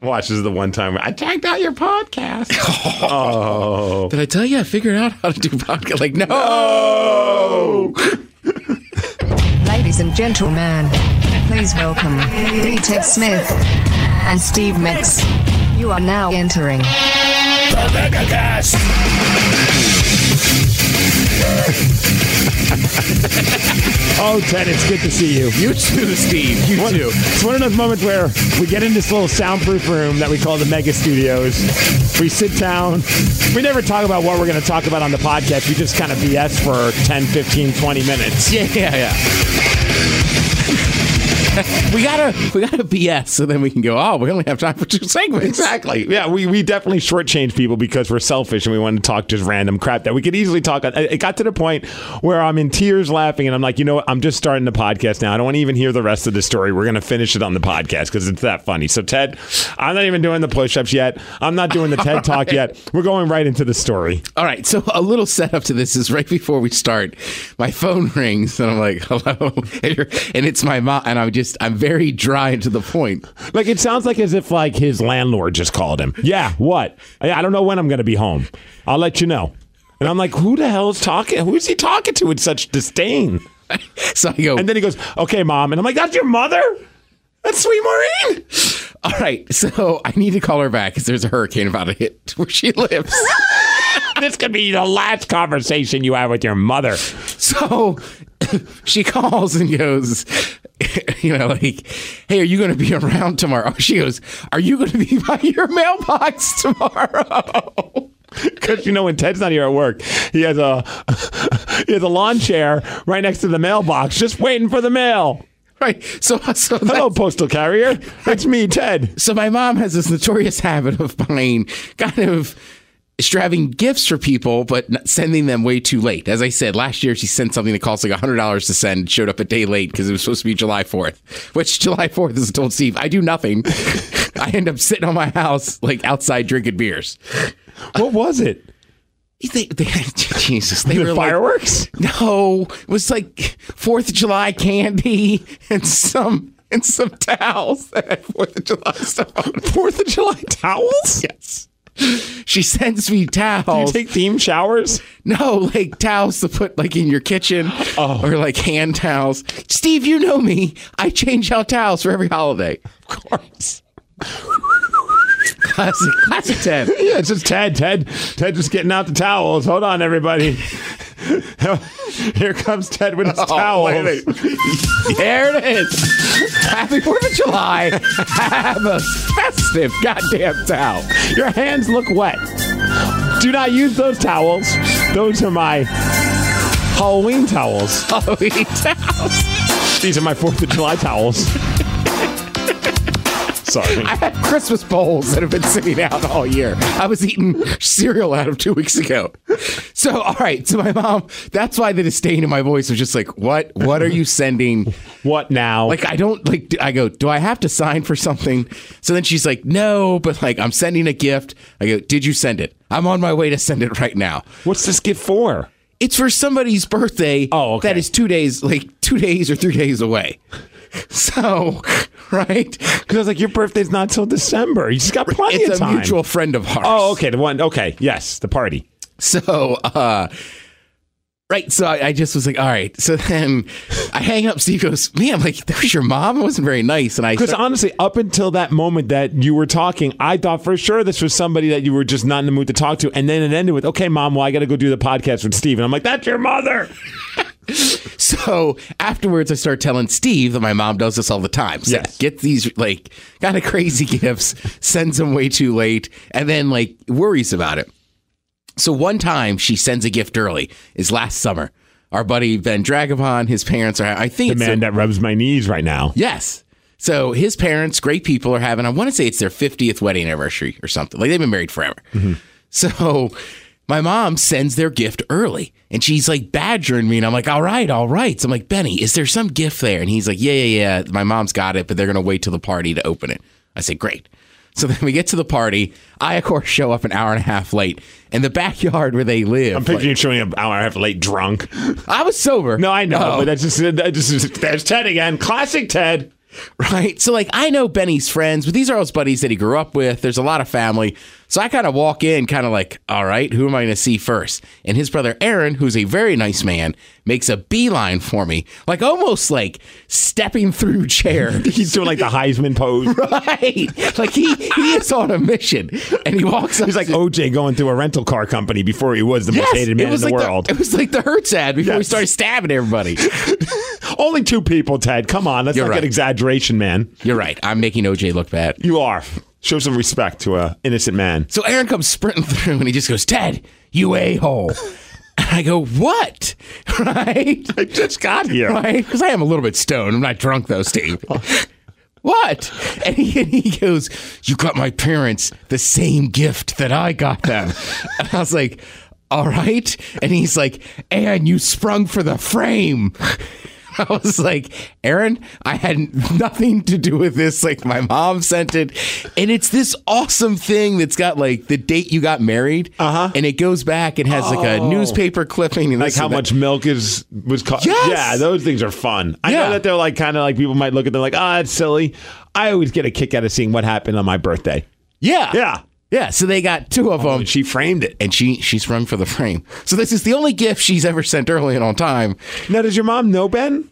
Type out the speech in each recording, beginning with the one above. Watch, this is the one time I checked out your podcast. oh. Did I tell you I figured out how to do podcast? Like, no. Oh. Ladies and gentlemen, please welcome D. Ted Smith and Steve Mix. You are now entering. Oh, Ted, it's good to see you. You too, Steve. You One- too. It's one of those moments where we get in this little soundproof room that we call the Mega Studios. We sit down. We never talk about what we're going to talk about on the podcast. We just kind of BS for 10, 15, 20 minutes. Yeah, yeah, yeah. we gotta, we gotta BS, so then we can go. Oh, we only have time for two segments. Exactly. Yeah, we, we definitely shortchange people because we're selfish and we want to talk just random crap that we could easily talk. on. It got to the point where I'm in tears laughing and I'm like, you know what? I'm just starting the podcast now. I don't want to even hear the rest of the story. We're going to finish it on the podcast because it's that funny. So, Ted, I'm not even doing the push ups yet. I'm not doing the TED talk yet. We're going right into the story. All right, so a little setup to this is right before we start, my phone rings and I'm like, "Hello," and, you're- and it's my mom, and I'm just, I'm very dry and to the point. Like, it sounds like as if like his landlord just called him. Yeah, what? I, I don't know when I'm going to be home. I'll let you know. And I'm like, who the hell's talking? Who is he talking to with such disdain? So I go, And then he goes, "Okay, mom," and I'm like, "That's your mother? That's sweet Maureen." "All right, so I need to call her back because there's a hurricane about to hit where she lives." This could be the last conversation you have with your mother. So she calls and goes, you know, like, hey, are you going to be around tomorrow? She goes, are you going to be by your mailbox tomorrow? Because you know, when Ted's not here at work, he has a he has a lawn chair right next to the mailbox, just waiting for the mail. right. So, so, Hello, that's- postal carrier. It's me, Ted. so my mom has this notorious habit of buying kind of extravagant gifts for people, but not- sending them way too late. As I said, last year she sent something that cost like $100 to send, showed up a day late because it was supposed to be July 4th, which July 4th is told Steve, I do nothing. I end up sitting on my house, like outside drinking beers. What was it? They, they, Jesus, they The were fireworks? Like, no, it was like Fourth of July candy and some and some towels that had Fourth of July stuff. on it. Fourth of July towels? Yes, she sends me You towels. take theme showers? no, like towels to put like in your kitchen Oh. or like hand towels. Steve, you know me. I change out towels for every holiday. Of course. Classic, classic Ted. Yeah, it's just Ted. Ted. Ted just getting out the towels. Hold on, everybody. Here comes Ted with his Oh, towels. wait a minute. there it is. Happy Fourth of July. Have a festive goddamn towel. Your hands look wet. Do not use those towels. Those are my Halloween towels. Halloween towels. These are my 4th of July towels. Sorry. I had Christmas bowls that have been sitting out all year. I was eating cereal out of two weeks ago. So, all right. So, my mom, that's why the disdain in my voice was just like, what? What are you sending? What now? Like, I don't like, do- I go, do I have to sign for something? So then she's like, no, but like, I'm sending a gift. I go, did you send it? I'm on my way to send it right now. what's this gift for? It's for somebody's birthday. Oh, okay. that is two days, like two days or three days away. So, right? Because I was like, your birthday's not till December. You just got plenty It's of a time. mutual friend of ours. Oh, okay. The one. Okay. Yes. The party. So, uh, right. So I, I just was like, all right. So then I hang up. Steve goes, man, like that was your mom. It wasn't very nice. And I, Because start- honestly, up until that moment that you were talking, I thought for sure this was somebody that you were just not in the mood to talk to. And then it ended with, okay, mom, well, I got to go do the podcast with Steve. And I'm like, that's your mother. so afterwards, I start telling Steve that my mom does this all the time. So Yes. get these like kind of crazy gifts, sends them way too late, and then like worries about it. So one time she sends a gift early is last summer. Our buddy Ben Dragapon, his parents are, I think The it's man that rubs my knees right now. Yes. So his parents, great people, are having, I want to say it's their 50th wedding anniversary or something. Like they've been married forever. Mm-hmm. So my mom sends their gift early and she's like badgering me. And I'm like, all right, all right. So I'm like, Benny, is there some gift there? And he's like, yeah, yeah, yeah. My mom's got it, but they're going to wait till the party to open it. I say, great. So then we get to the party. I, of course, show up an hour and a half late. And the backyard where they live, I'm picturing you showing up "Oh, an hour and a half late drunk. like- I was sober. No, I know, Oh. but that's just, that just there's Ted again. Classic Ted. right? So like I know Benny's friends, but these are all his buddies that he grew up with. There's a lot of family. So I kind of walk in kind of like, all right, who am I going to see first? And his brother Aaron, who's a very nice man, makes a beeline for me, like almost like stepping through chair. He's doing like the Heisman pose. right. Like he he is on a mission and he walks up He's like to- OJ going through a rental car company before he was the most hated man in the like world. it was like the Hertz ad before we Yes. started stabbing everybody. Only two people, Ted. Come on, that's You're not right. an exaggeration, man. You're right. I'm making OJ look bad. You are. Show some respect to a innocent man. So Aaron comes sprinting through and he just goes, Ted, you a hole. And I go, what? Right? I just got here. Right? Because I am a little bit stoned. I'm not drunk though, Steve. what? And he, and he goes, you got my parents the same gift that I got them. and I was like, all right. And he's like, and you sprung for the frame. I was like, Aaron, I had nothing to do with this. Like, my mom sent it. And it's this awesome thing that's got like the date you got married. Uh huh. And it goes back and has like a newspaper clipping. And Uh-huh. Oh. Like this how and that. much milk is was caught. Yes! Yeah, those things are fun. I Yeah. know that they're like kind of like people might look at them like, ah, it's silly. I always get a kick out of seeing what happened on my birthday. Yeah. Yeah. Yeah. So they got two of them. And she framed it. and she she's sprung for the frame. So this is the only gift she's ever sent early and on time. Now, does your mom know Ben?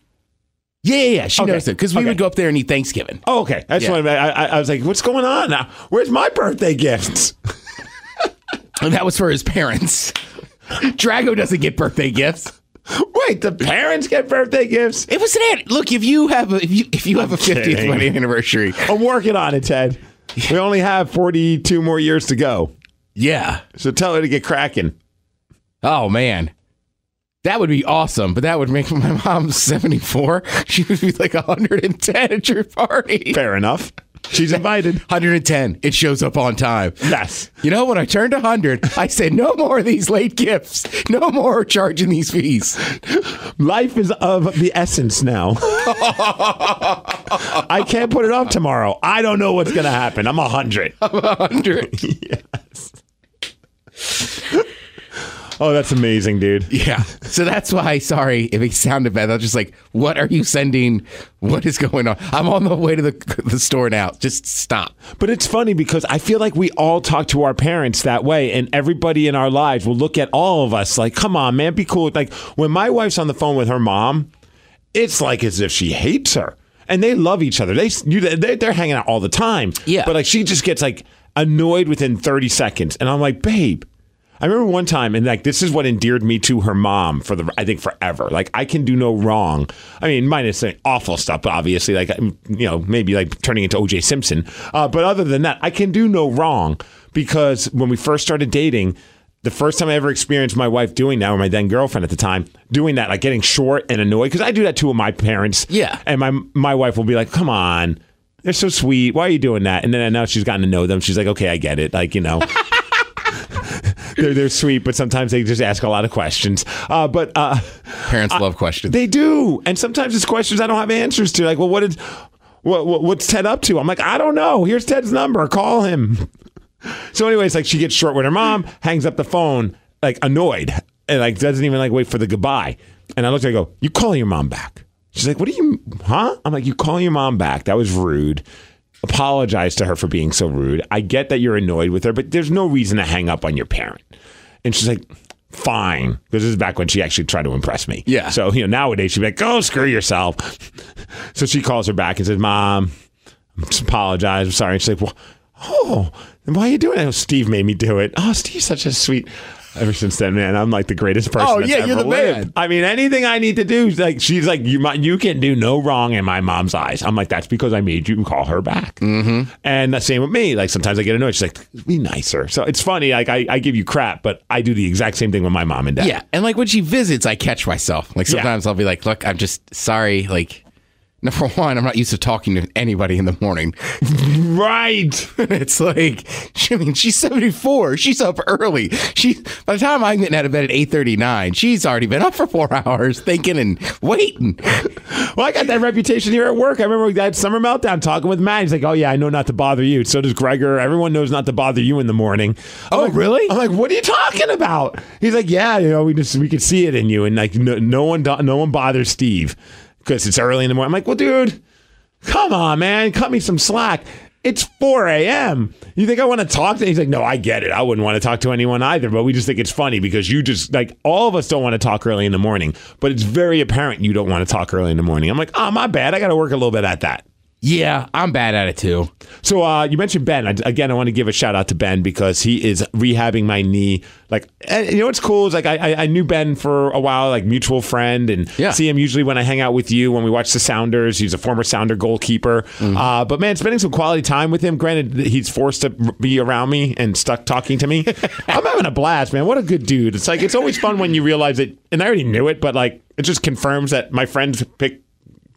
Yeah, yeah, yeah. She Okay. knows it because we Okay. would go up there and eat Thanksgiving. Oh, okay. That's Yeah. what I, I, I was like. What's going on? Uh, Where's my birthday gifts? And that was for his parents. Drago doesn't get birthday gifts. Wait, the parents get birthday gifts. It was an ad. Look, if you have a if you if you have a fiftieth kidding. wedding anniversary, I'm working on it, Ted. We only have 42 more years to go. yeah. So tell her to get cracking. Oh man. That would be awesome, but that would make my mom 74. She would be like 110 at your party. Fair enough. She's invited. 110. It shows up on time. Yes. You know, when I turned 100, I said, no more of these late gifts. No more charging these fees. Life is of the essence now. I can't put it off tomorrow. I don't know what's going to happen. I'm 100. 100. Oh, that's amazing, dude. Yeah. So that's why, sorry if it sounded bad. I was just like, what are you sending? What is going on? I'm on the way to the, the store now. Just stop. But it's funny because I feel like we all talk to our parents that way, and everybody in our lives will look at all of us like, come on, man, be cool. Like when my wife's on the phone with her mom, it's like as if she hates her. And they love each other. They you, they- they're hanging out all the time. Yeah. But like she just gets like annoyed within 30 seconds, and I'm like, babe. I remember one time, and like this is what endeared me to her mom for the I think forever. Like I can do no wrong. I mean, minus the awful stuff, obviously. Like you know, maybe like turning into O.J. Simpson. Uh, but other than that, I can do no wrong because when we first started dating, the first time I ever experienced my wife doing that, or my then girlfriend at the time doing that, like getting short and annoyed because I do that too with my parents. Yeah. and my my wife will be like, "Come on." They're so sweet. Why are you doing that? And then now she's gotten to know them. She's like, okay, I get it. Like, you know, they're, they're sweet, but sometimes they just ask a lot of questions. Uh, but uh, Parents love questions. they do, and sometimes it's questions I don't have answers to. Like, well, what did, what, what what's Ted up to? I'm like, I don't know. Here's Ted's number. Call him. So, anyways, like she gets short with her mom, hangs up the phone, like annoyed, and like doesn't even like wait for the goodbye. And I looked at her, I go, you call your mom back. She's like, what do you, huh? I'm like, you call your mom back. That was rude. Apologize to her for being so rude. I get that you're annoyed with her, but there's no reason to hang up on your parent. And she's like, fine. Because this is back when she actually tried to impress me. Yeah. So, you know, nowadays she'd be like, go screw yourself. So she calls her back and says, Mom, I just apologize. I'm sorry. And she's like, well, Oh, then why are you doing it? Oh, Steve made me do it. Oh, Steve's such a sweet. Ever since then, man, I'm like the greatest person. Oh, that's yeah, ever you're the lived. man. I mean, anything I need to do, like she's like, you, mi- you can do no wrong in my mom's eyes. I'm like, that's because I made you call her back. Mm-hmm. And the same with me. Like sometimes I get annoyed. She's like, be nicer. So it's funny. Like I, I give you crap, but I do the exact same thing with my mom and dad. yeah. And like when she visits, I catch myself. Like Yeah. sometimes I'll be like, look, I'm just sorry. Like, number one, I'm not used to talking to anybody in the morning. right. it's like I mean, she's seventy four. She's up early. She by the time I'm getting out of bed at eight thirty nine, she's already been up for four hours thinking and waiting. Well, I got that reputation here at work. I remember that summer meltdown talking with Matt. He's like, "Oh yeah, I know not to bother you. So does Gregor. Everyone knows not to bother you in the morning." I'm Oh, like- really? I'm like, "What are you talking about?" He's like, "Yeah, you know, we just we could see it in you, and like no, no one do- no one bothers Steve because it's early in the morning." I'm like, "Well, dude." Come on, man. Cut me some slack. It's 4 a.m. You think I want to talk to? He's like, no, I get it. I wouldn't want to talk to anyone either, but we just think it's funny because you just like all of us don't want to talk early in the morning, but it's very apparent you don't want to talk early in the morning. I'm like, oh, my bad. I got to work a little bit at that. Yeah, I'm bad at it too. So uh, you mentioned Ben. I, again, I want to give a shout out to Ben because he is rehabbing my knee. Like, and you know what's cool is like I, I I knew Ben for a while, like mutual friend, and Yeah. see him usually when I hang out with you when we watch the Sounders. He's a former Sounder goalkeeper. Uh, but man, spending some quality time with him. Granted, that he's forced to be around me and stuck talking to me. I'm having a blast, man. What a good dude. It's like it's always fun when you realize it, and I already knew it, but like it just confirms that my friends pick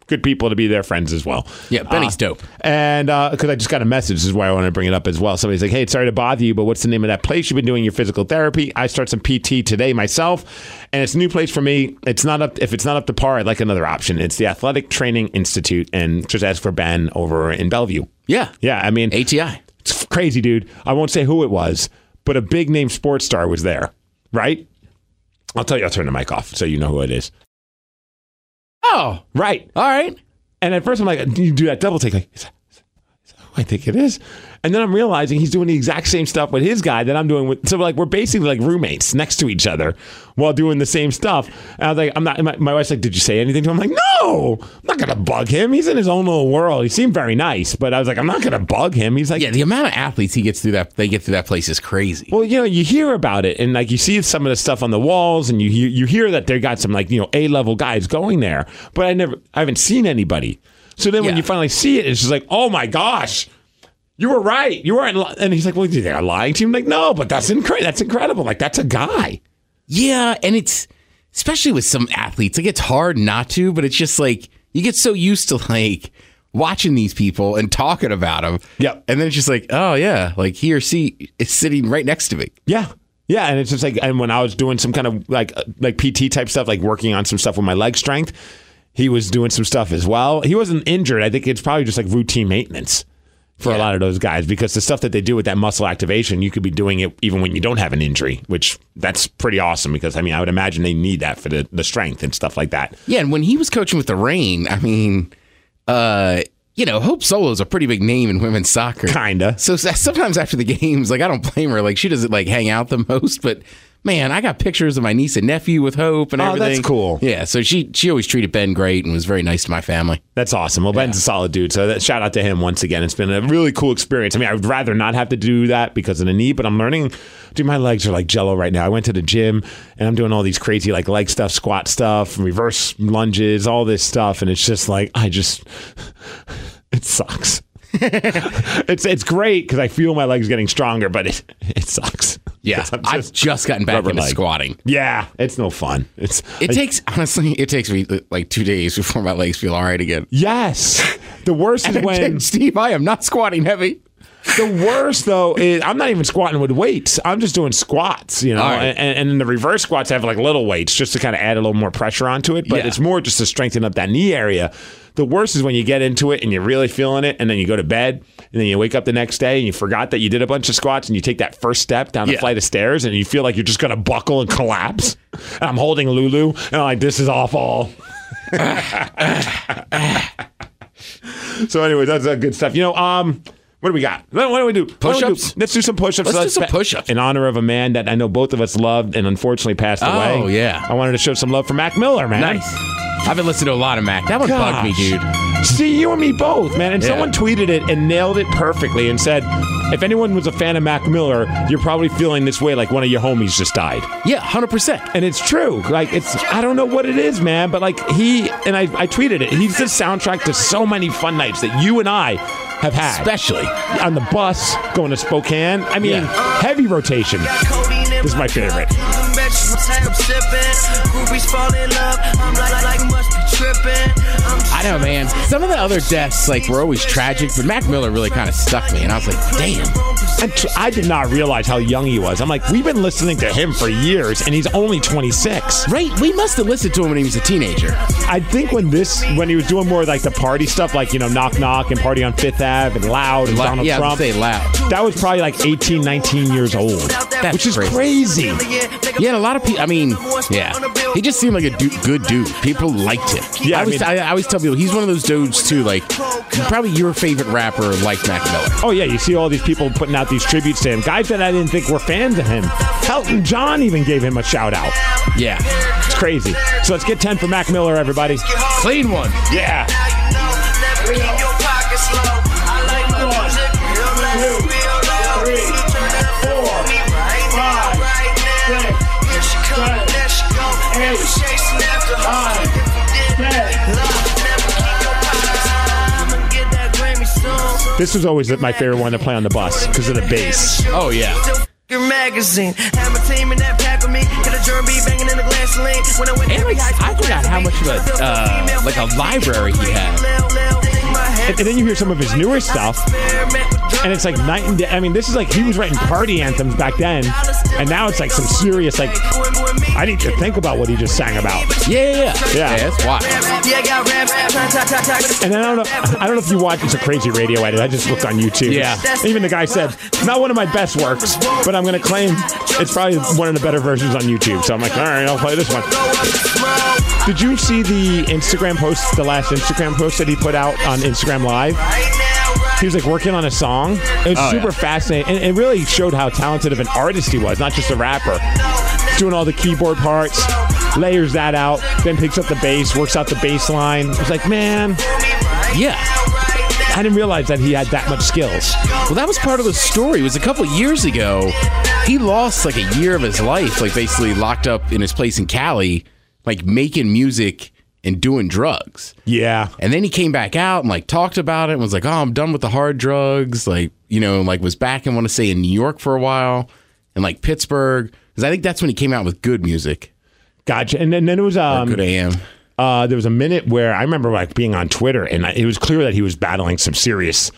good people to be their friends as well. Yeah, Benny's Uh, dope. And because I just got a message, this is why I wanted to bring it up as well. Somebody's like, "Hey, sorry to bother you, but what's the name of that place you've been doing your physical therapy?" I start some PT today myself, and it's a new place for me. It's not up if it's not up to par. I'd like another option. It's the Athletic Training Institute, and just ask for Ben over in Bellevue. Yeah. Yeah, I mean, ATI. it's f- crazy, dude. I won't say who it was, but a big name sports star was there, right? I'll tell you. I'll turn the mic off so you know who it is. Oh, Right. all right. And at first, I'm like, you do that double take, like, is that, is that who I think it is? And then I'm realizing he's doing the exact same stuff with his guy that I'm doing with. So like, we're basically like roommates next to each other while doing the same stuff. And I was like, I'm not. My, my wife's like, did you say anything to him? I'm like, no, I'm not gonna bug him. He's in his own little world. He seemed very nice, but I was like, I'm not gonna bug him. He's like, Yeah, the amount of athletes he gets through that they get through that place is crazy. well, you know, you hear about it, and like you see some of the stuff on the walls, and you hear, you hear that they got some like you know A level guys going there, but I never, I haven't seen anybody. So then when Yeah. you finally see it, it's just like, oh my gosh, you were right, you weren't. li-" And he's like, well, do you think I'm lying to you? I'm like, no, but that's incredible. That's incredible. Like that's a guy. Yeah, and it's especially with some athletes, like it's hard not to, but it's just like you get so used to like watching these people and talking about them. Yep. And then it's just like, oh yeah, like he or she is sitting right next to me. Yeah. Yeah, and it's just like, and when I was doing some kind of like uh, like PT type stuff, like working on some stuff with my leg strength, he was doing some stuff as well. He wasn't injured. I think it's probably just like routine maintenance for a Yeah. lot of those guys because the stuff that they do with that muscle activation, you could be doing it even when you don't have an injury, which that's pretty awesome because I mean I would imagine they need that for the, the strength and stuff like that. Yeah, and when he was coaching with the rain, I mean, uh, you know, Hope Solo's a pretty big name in women's soccer. Kinda. So s- sometimes after the games, like I don't blame her. Like she doesn't like hang out the most, but man, I got pictures of my niece and nephew with Hope and Oh, that's everything. cool. Yeah. So she she always treated Ben great and was very nice to my family. That's awesome. Well, Ben's a solid dude. So that, shout out to him once again. It's been a really cool experience. I mean, I would rather not have to do that because of the knee, but I'm learning. Dude, my legs are like jello right now. I went to the gym and I'm doing all these crazy like leg stuff, squat stuff, reverse lunges, all this stuff. And it's just like, I just, it sucks. it's it's great because I feel my legs getting stronger, but it, it sucks. Yeah. 'Cause I'm I've just gotten back rubber into leg. squatting. Yeah, it's no fun. It's It I- takes honestly, it takes me uh, like two days before my legs feel all right again. yes. The worst is when Steve, I am not squatting heavy. The worst though is I'm not even squatting with weights. I'm just doing squats, you know. All right. And, and then the reverse squats have like little weights just to kind of add a little more pressure onto it. But Yeah. it's more just to strengthen up that knee area. The worst is when you get into it and you're really feeling it, and then you go to bed, and then you wake up the next day and you forgot that you did a bunch of squats, and you take that first step down the Yeah. flight of stairs, and you feel like you're just gonna buckle and collapse. And I'm holding Lulu, and I'm like, this is awful. So, anyways, that's uh, good stuff. You know, um, what do we got? Why don't we do why don't we do- Push-ups? Let's do some push-ups. Let's do some push-ups. in honor of a man that I know both of us loved and unfortunately passed away. Oh, yeah. I wanted to show some love for Mac Miller, man. Nice. I've been listening to a lot of Mac. That one bugged me, Gosh. dude. See, you and me both, man. And Yeah. someone tweeted it and nailed it perfectly and said, if anyone was a fan of Mac Miller, you're probably feeling this way like one of your homies just died. Yeah, hundred percent. And it's true. Like it's I don't know what it is, man, but like he and I, I tweeted it. He's the soundtrack to so many fun nights that you and I have had. Especially. on the bus going to Spokane. I mean, Yeah. heavy rotation. This is my favorite. I know, man. Some of the other deaths, like, were always tragic, but Mac Miller really kind of stuck me, and I was like, damn. And tr- I did not realize how young he was. I'm like, we've been listening to him for years, and he's only 26. Right? We must have listened to him when he was a teenager. I think when this, when he was doing more like the party stuff, like you know, knock knock and party on Fifth Ave and loud and Loud- Donald yeah, I was Trump, gonna say Loud. that was probably like 18, 19 years old, That's which is crazy. crazy. Yeah, and a lot of people, I mean, yeah. He just seemed like a du- good dude. People liked him. Yeah, I I always, mean- I, I always tell people he's one of those dudes too. Like probably your favorite rapper, like Mac Miller. Oh yeah, you see all these people putting out these tributes to him. Guys that I didn't think were fans of him. Elton John even gave him a shout out. Yeah, It's crazy. So let's get ten for Mac Miller, everybody. clean one. Yeah. This was always my favorite one to play on the bus because of the bass. Oh, yeah. Your magazine. Have my team in that pack with me. Got a germ bee banging in the glass lane. When I went And, like, I forgot how much of a, uh, like, a library he had. And, and then you hear some of his newer stuff, and it's like night and day. I mean, this is like he was writing party anthems back then, and now it's like some serious like. I need to think about what he just sang about. Yeah, yeah, yeah. Yeah. that's wild. Yeah, I got rap, try, try, try, try. And I don't know. I don't know if you watch. It's a crazy radio edit. I just looked on YouTube. Yeah. Even the guy said, not one of my best works, but I'm gonna claim it's probably one of the better versions on YouTube. So I'm like, all right, I'll play this one. Did you see the Instagram post? The last Instagram post that he put out on Instagram Live. He was like working on a song. It was Oh, super yeah. fascinating, and it really showed how talented of an artist he was, not just a rapper. Doing all the keyboard parts, layers that out, then picks up the bass, works out the bass line. It's like, man, Yeah. I didn't realize that he had that much skills. Well, that was part of the story. It was a couple years ago. He lost like a year of his life, like basically locked up in his place in Cali, like making music and doing drugs. Yeah. And then he came back out and like talked about it and was like, "Oh, I'm done with the hard drugs." Like, you know, like was back and want to say in New York for a while and like Pittsburgh because I think that's when he came out with good music. Gotcha. And then, then it was good um, AM. uh, there was a minute where I remember like being on Twitter and I, it was clear that he was battling some serious.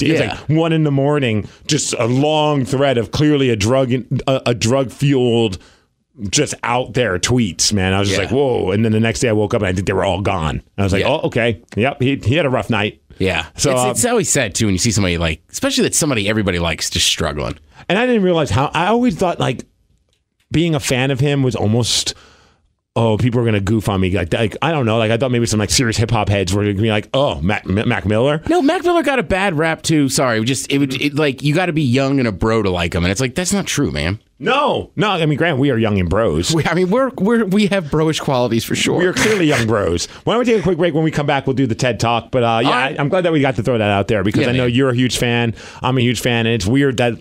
It was Yeah. like one in the morning, just a long thread of clearly a drug a, a drug fueled, just out there tweets. Man, I was just Yeah. like, whoa. And then the next day I woke up and I think they were all gone. And I was like, Yeah. oh, okay, yep. He, he had a rough night. Yeah. So, it's, um, it's always sad too when you see somebody like, especially that somebody everybody likes just struggling. And I didn't realize how I always thought like being a fan of him was almost oh people are gonna goof on me like, like I don't know like I thought maybe some like serious hip hop heads were gonna be like oh Mac, Mac Miller No, Mac Miller got a bad rap too. Sorry, we just it would it, like you got to be young and a bro to like him, and it's like that's not true, man. no no I mean Grant we are young and bros We, I mean, we're we're we have broish qualities for sure. we are clearly young bros why don't we take a quick break when we come back we'll do the TED talk but uh, yeah All right. I, I'm glad that we got to throw that out there because Yeah, I know man. you're a huge fan I'm a huge fan and it's weird that.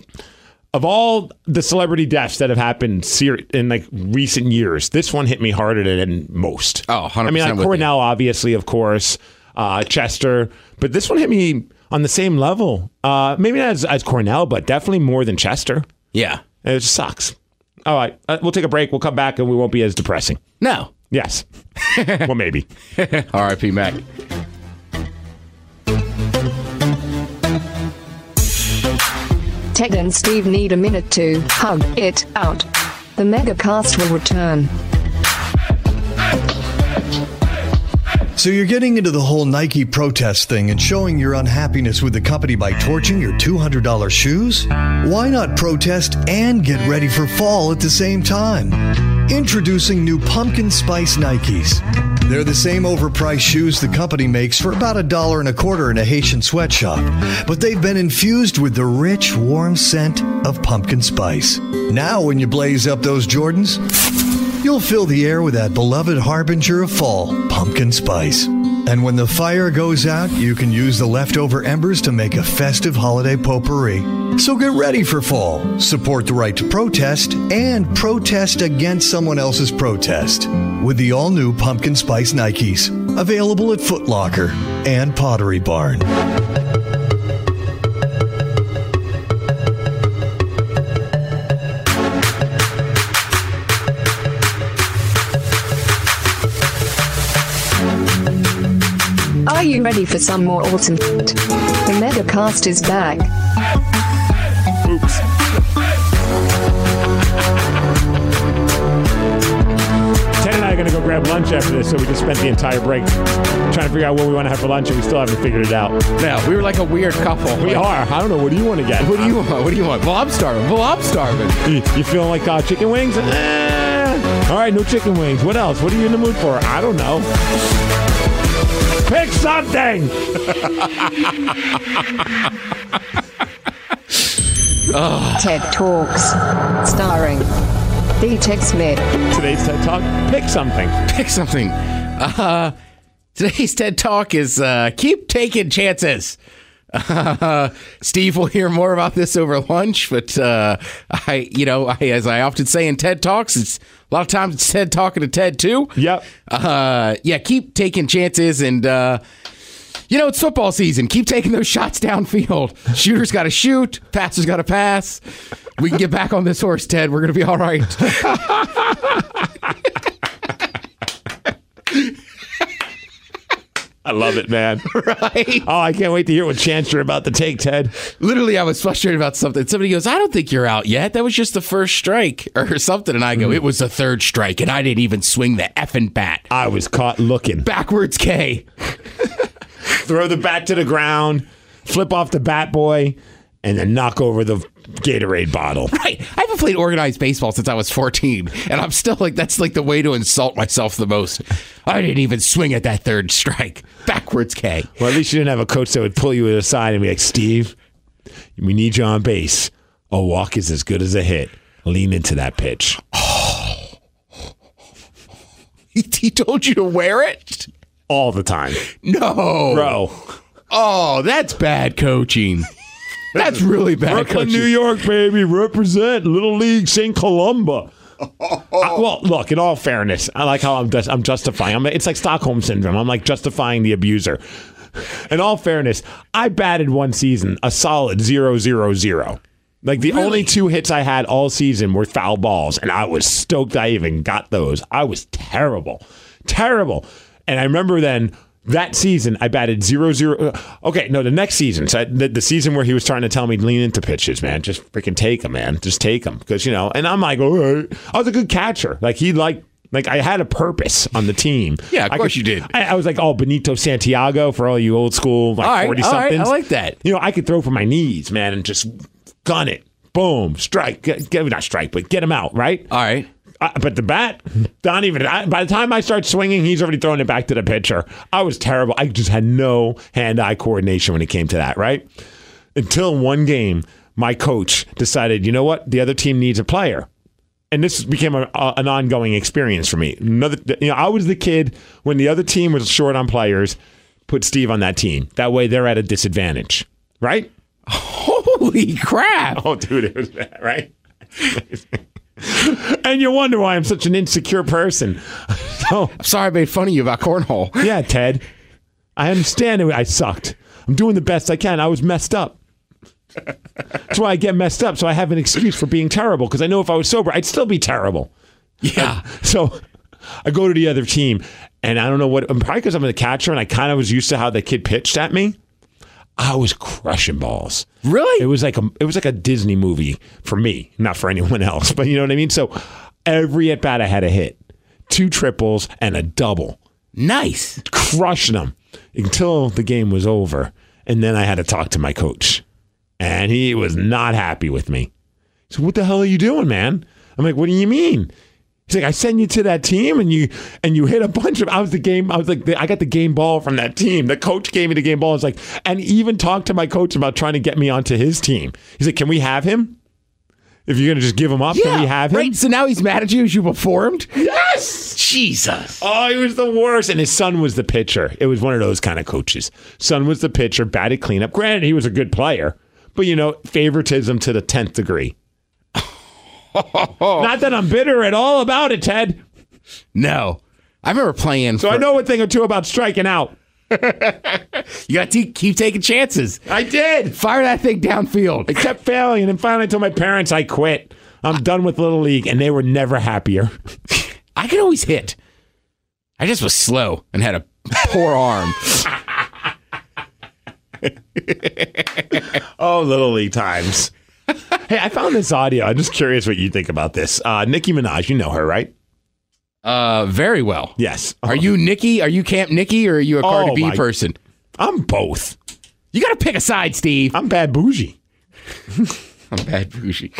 Of all the celebrity deaths that have happened ser- in like recent years, this one hit me harder than most. Oh, 100% I mean, like with you. Cornell, obviously, of course, uh, Chester, but this one hit me on the same level. Uh, maybe not as, as Cornell, but definitely more than Chester. yeah. It just sucks. All right, uh, we'll take a break. We'll come back, and we won't be as depressing. No. Yes. well, maybe. R.I.P. Mac. Ted and Steve need a minute to hug it out. The megacast will return. So you're getting into the whole Nike protest thing and showing your unhappiness with the company by torching your $200 shoes? Why not protest and get ready for fall at the same time? Introducing new pumpkin spice Nikes. They're the same overpriced shoes the company makes for about a dollar and a quarter in a Haitian sweatshop, but they've been infused with the rich, warm scent of pumpkin spice. Now, when you blaze up those Jordans, You'll fill the air with that beloved harbinger of fall, pumpkin spice. And when the fire goes out, you can use the leftover embers to make a festive holiday potpourri. So get ready for fall. Support the right to protest and protest against someone else's protest with the all new Pumpkin Spice Nikes, available at Foot Locker and Pottery Barn. Are you ready for some more autumn? The megacast is back. Ted and I are going to go grab lunch after this, so we just spent the entire break trying to figure out what we want to have for lunch, and we still haven't figured it out. No, we were like a weird couple. We Like, are. I don't know. What do you want to get? What do you want? What do you want? Well, I'm starving. Well, I'm starving. You, you feeling like uh, chicken wings? Eh. All right, no chicken wings. What else? What are you in the mood for? I don't know. Pick something. TED Talks. Starring D-Tech Smith. Today's TED Talk. Pick something. Pick something. Uh, today's TED Talk is uh, keep taking chances. Uh, Steve will hear more about this over lunch, but uh, I, you know, I, as I often say in TED Talks, it's a lot of times it's TED talking to TED too. Yep. Uh, yeah, keep taking chances and. Uh, you know, it's football season. Keep taking those shots downfield. Shooter's got to shoot. Passer's got to pass. We can get back on this horse, Ted. We're going to be all right. I love it, man. right. Oh, I can't wait to hear what chance you're about to take, Ted. Literally, I was frustrated about something. Somebody goes, I don't think you're out yet. That was just the first strike or something. And I Mm-hmm. go, it was the third strike. And I didn't even swing the effing bat. I was caught looking. Backwards K. Throw the bat to the ground, flip off the bat boy, and then knock over the Gatorade bottle. Right. I haven't played organized baseball since I was 14. And I'm still like, that's like the way to insult myself the most. I didn't even swing at that third strike. Backwards K. Well, at least you didn't have a coach that would pull you aside and be like, Steve, we need you on base. A walk is as good as a hit. Lean into that pitch. He, he told you to wear it? All the time. No. Bro. Oh, that's bad coaching. That's really bad Brooklyn, coaching. New York, baby. Represent Little League St. Columba. I- well, look. In all fairness, I like how I'm just, I'm justifying. I'm, it's like Stockholm syndrome. I'm like justifying the abuser. In all fairness, I batted one season a solid zero zero zero. Like the only two hits I had all season were foul balls, and I was stoked I even got those. I was terrible, terrible. And I remember then that season I batted zero zero. Okay, no, the next season, so I- the, the season where he was trying to tell me lean into pitches, man, just freaking take them, man, just take them, because you know. And I'm like, all right, I was a good catcher. Like he liked. Like I had a purpose on the team. Yeah, of I course you did. I, I was like, oh, Benito Santiago for all you old school, All right, like all right, forty I somethings. like that. You know, I could throw from my knees, man, and just gun it. Boom, strike. Get, get- not strike, but get him out, right? All right. I, but the bat, not even. I, by the time I start swinging, he's already throwing it back to the pitcher. I was terrible. I just had no hand-eye coordination when it came to that, right? Until one game, my coach decided, you know what? The other team needs a player and this became a, a, an ongoing experience for me. Another, you know, I was the kid when the other team was short on players. Put Steve on that team. That way, they're at a disadvantage, right? Holy crap. Oh, dude, it was bad, right? and you wonder why I'm such an insecure person. So, I'm sorry I made fun of you about cornhole. yeah, Ted, I understand it. I sucked. I'm doing the best I can. I was messed up. That's why I get messed up. So I have an excuse for being terrible because I know if I was sober, I'd still be terrible. Yeah. So I go to the other team, and I don't know what, probably because I'm the catcher and I kind of was used to how the kid pitched at me. I was crushing balls. Really? It was like a it was like a Disney movie for me, not for anyone else. But you know what I mean. So every at bat I had a hit, two triples and a double, Nice. crushing them until the game was over, and then I had to talk to my coach, and he was not happy with me. So what the hell are you doing, man? I'm like, what do you mean? He's like, I send you to that team and you and you hit a bunch of. I was the game. I was like, I got the game ball from that team. The coach gave me the game ball. I was like, and even talked to my coach about trying to get me onto his team. He's like, can we have him? If you're gonna just give him up, Yeah. can we have him? Right. So now he's mad at you as you performed? Yes. Jesus. Oh, he was the worst. And his son was the pitcher. It was one of those kind of coaches. Son was the pitcher, batted cleanup. Granted, he was a good player, but you know, favoritism to the 10th degree. Not that I'm bitter at all about it, Ted. No. I remember playing. So I know a thing or two about striking out. you got to keep taking chances. I did. Fire that thing downfield. I kept failing. And finally, I told my parents I quit. I'm done with Little League. And they were never happier. I could always hit. I just was slow and had a poor arm. Oh, Little League times. hey, I found this audio. I'm just curious what you think about this. Uh, Nicki Minaj, you know her, right? Uh, very well. Yes. Are you Nikki? Are you Camp Nikki or are you a Cardi Oh, B my- person? I'm both. You got to pick a side, Steve. I'm bad bougie. I'm bad bougie.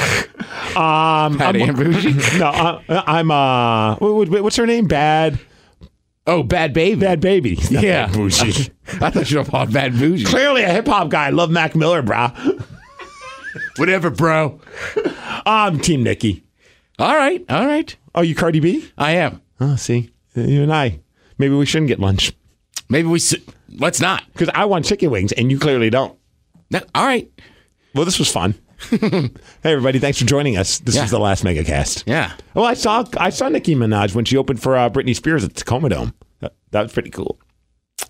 Um, Bad I'm- and bougie. no, I, I'm uh, what, what- what's her name? Bad, Oh, bad baby. bad baby. It's not yeah. Bad bougie. I thought you were called bad bougie. Clearly a hip hop guy. Love Mac Miller, brah. Whatever, bro. I'm Um, Team Nikki. All right. All right. Oh, you Cardi B? I am. Oh, see, you and I. Maybe we shouldn't get lunch Maybe we s let's not. because I want chicken wings and you clearly don't. No, all right. Well, this was fun. hey, everybody! Thanks for joining us. This Yeah. is the last MegaCast. Yeah. Well, I saw I saw Nicki Minaj when she opened for uh, Britney Spears at the Tacoma Dome. That, that was pretty cool.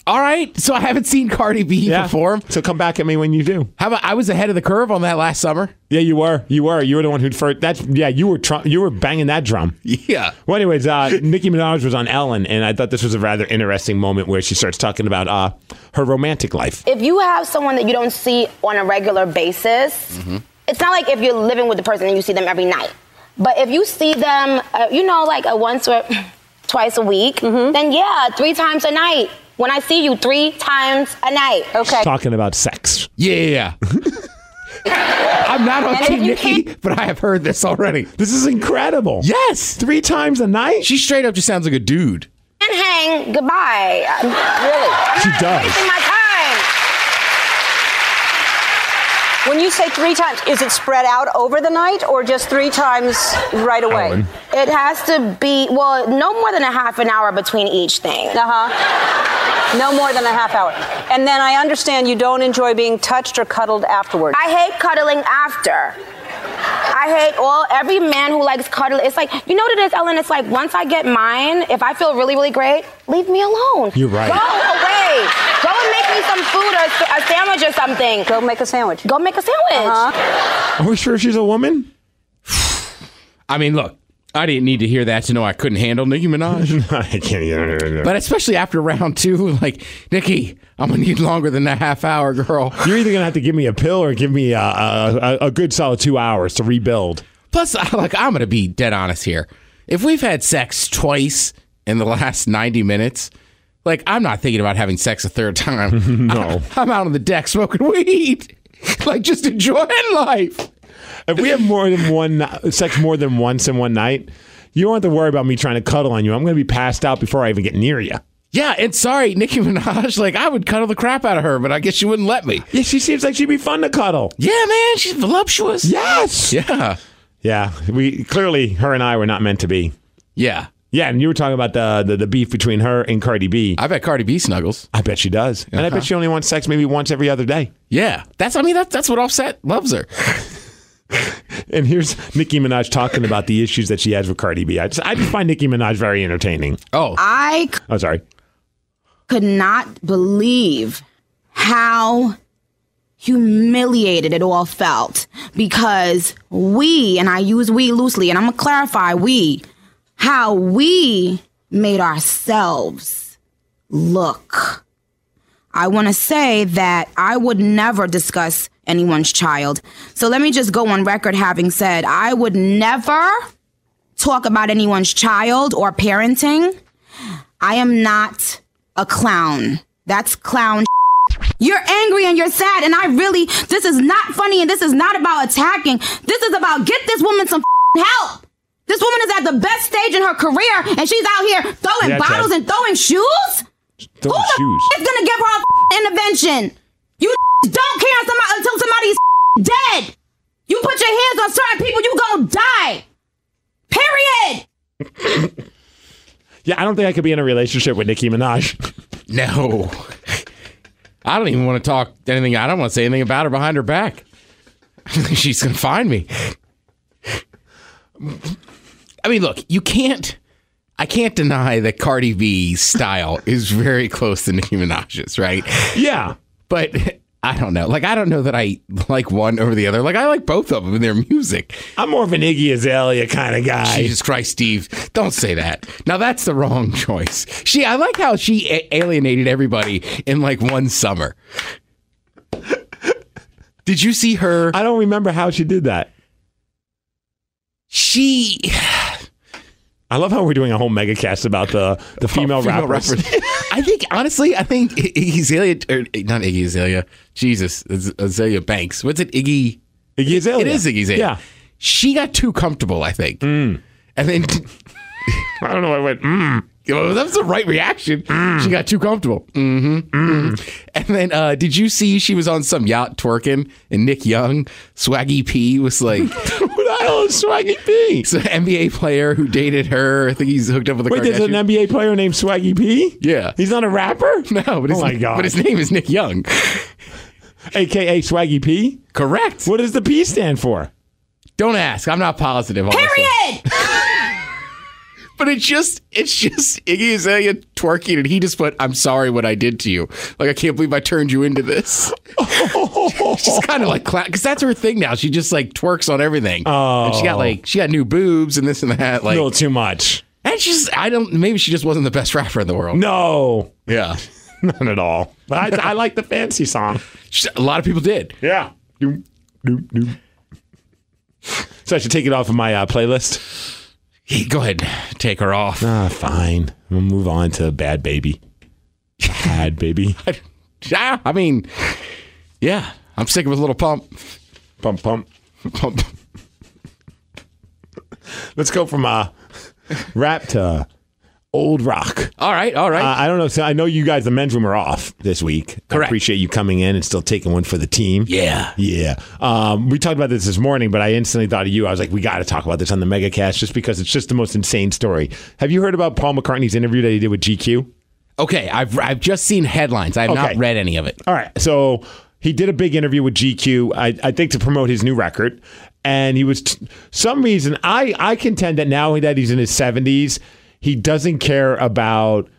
All right. So I haven't seen Cardi B perform. So come back at me when you do. How about I was ahead of the curve on that last summer? Yeah, you were. You were. You were the one who'd first. That's yeah. You were. Trump, you were banging that drum. Yeah. Well, anyways, uh, Nicki Minaj was on Ellen, and I thought this was a rather interesting moment where she starts talking about uh, her romantic life. if you have someone that you don't see on a regular basis, it's not like if you're living with the person and you see them every night. But if you see them, uh, you know, like a once or twice a week, then yeah, three times a night. When I see you, three times a night. She's talking about sex. Yeah. yeah, yeah. I'm not on And if Team you Nikki, but I have heard this already. This is incredible. Yes. three times a night. She straight up just sounds like a dude. And hang goodbye. I'm- really? She I'm not does. Ah, Wasting my time. When you say three times, is it spread out over the night or just three times right away? Ellen. It has to be well, no more than a half an hour between each thing. Uh huh. Uh-huh. No more than a half hour. And then I understand you don't enjoy being touched or cuddled afterward. I hate cuddling after. I hate all every man who likes cuddling. It's like you know what it is, Ellen. It's like once I get mine, if I feel really, really great, leave me alone. You're right. Go away. Go and make me some food or a sandwich or something. Go make a sandwich. Go make a sandwich. Uh-huh. Are we sure she's a woman? I mean, look, I didn't need to hear that to know I couldn't handle Nicki Minaj. I can't. but especially after round two, like, Nikki, I'm going to need longer than a half hour, girl. You're either gonna have to give me a pill or give me a, a, a, a good solid two hours to rebuild. Plus, I- like, I'm going to be dead honest here. If we've had sex twice in the last 90 minutes, like, I'm not thinking about having sex a third time. No. I'm out on the deck smoking weed, like, just enjoying life. If we have more than one sex more than once in one night, you don't have to worry about me trying to cuddle on you. I'm gonna be passed out before I even get near you. Yeah, and sorry, Nicki Minaj, like, I would cuddle the crap out of her, but I guess she wouldn't let me. Yeah, she seems like she'd be fun to cuddle. Yeah, man, she's voluptuous. Yes. Yeah. Yeah. We clearly her and I were not meant to be. Yeah. Yeah, and you were talking about the the, the beef between her and Cardi B. I I bet Cardi B snuggles. bet she does, and I Uh-huh. bet she only wants sex maybe once every other day. Yeah, that's. I mean, that's that's what Offset loves her. And here's Nicki Minaj talking about the issues that she has with Cardi B. I just, I just find Nicki Minaj very entertaining. Oh, I Oh, sorry. could not believe how humiliated it all felt because we, and I use we loosely, and I'm gonna clarify we, how we made ourselves look. I wanna say that I would never discuss anyone's child. So let me just go on record having said I would never talk about anyone's child or parenting. I am not a clown. That's clown. You're angry and you're sad, and I really, this is not funny and this is not about attacking. This is about get this woman some help. This woman is at the best stage in her career, and she's out here throwing Yeah, Chad. bottles and throwing shoes? Don't Who the choose. f- is gonna give her a f- intervention? You don't care somebody, until somebody's f- dead. You put your hands on certain people, you gonna die. Period. Yeah, I don't think I could be in a relationship with Nicki Minaj. no. I don't even want to talk anything. I don't want to say anything about her behind her back. She's gonna find me. I mean, look, you can't. I can't deny that Cardi B's style is very close to Nicki Minaj's, right? yeah. But I don't know. Like, I don't know that I like one over the other. Like, I like both of them and their music. I'm more of an Iggy Azalea kind of guy. Jesus Christ, Steve! Don't say that. Now that's the wrong choice. She, I like how she a- alienated everybody in like one summer. Did you see her? I don't remember how she did that. She I love how we're doing a whole megacast about the, the female, Oh, female rappers. rappers. I think honestly, I think I- Iggy Azalea, or, not Iggy Azalea. Jesus, Az- Azalea Banks. What's it? Iggy Iggy Azalea. It is Iggy Azalea. Yeah. Hmm. She got too comfortable, I think. And then I don't know. I went. Hmm. Mm. you know, that was the right reaction. She got too comfortable. Mm-hmm. hmm. And then uh, did you see she was on some yacht twerking and Nick Young, Swaggy P was like Who the hell is Swaggy P? it's an NBA player who dated her. I think he's hooked up with a Wait, there's an Kardashian. NBA player named Swaggy P. Yeah. he's not a rapper. no, but his, oh my god, but his name is Nick Young. AKA Swaggy P. Correct. What does the P stand for? Don't ask. I'm not positive. On This one. Period. But it's just, it's just Iggy Azalea twerking, and he just put, "I'm sorry what I did to you. Like I can't believe I turned you into this." She's kind of like because that's her thing now. She just like twerks on everything. Oh, and she got like she got new boobs and this and that. A Like, little too much. and she's I don't maybe she just wasn't the best rapper in the world. No, Yeah, not at all. But I, I like the fancy song. She- a lot of people did. Yeah. Doom, doom, doom. So I should take it off of my uh, playlist. Hey, Go ahead, take her off. Ah, fine. We'll move on to Bad Baby. Bad Baby. Yeah, I mean, yeah, I'm sticking with Little Pump. pump, pump. Pump. Let's go from uh, rap to old rock. All right, all right. Uh, I don't know. So I know you guys, the men's room, are off this week. I Correct. appreciate you coming in and still taking one for the team. yeah. Yeah. Um, we talked about this this morning, but I instantly thought of you. I was like, we got to talk about this on the megacast just because it's just the most insane story. Have you heard about Paul McCartney's interview that he did with GQ? Okay, I've I've just seen headlines. I've Okay. not read any of it. All right. So he did a big interview with GQ, I, I think, to promote his new record. And he was, t- some reason, I, I contend that now that he's in his 70s, he doesn't care about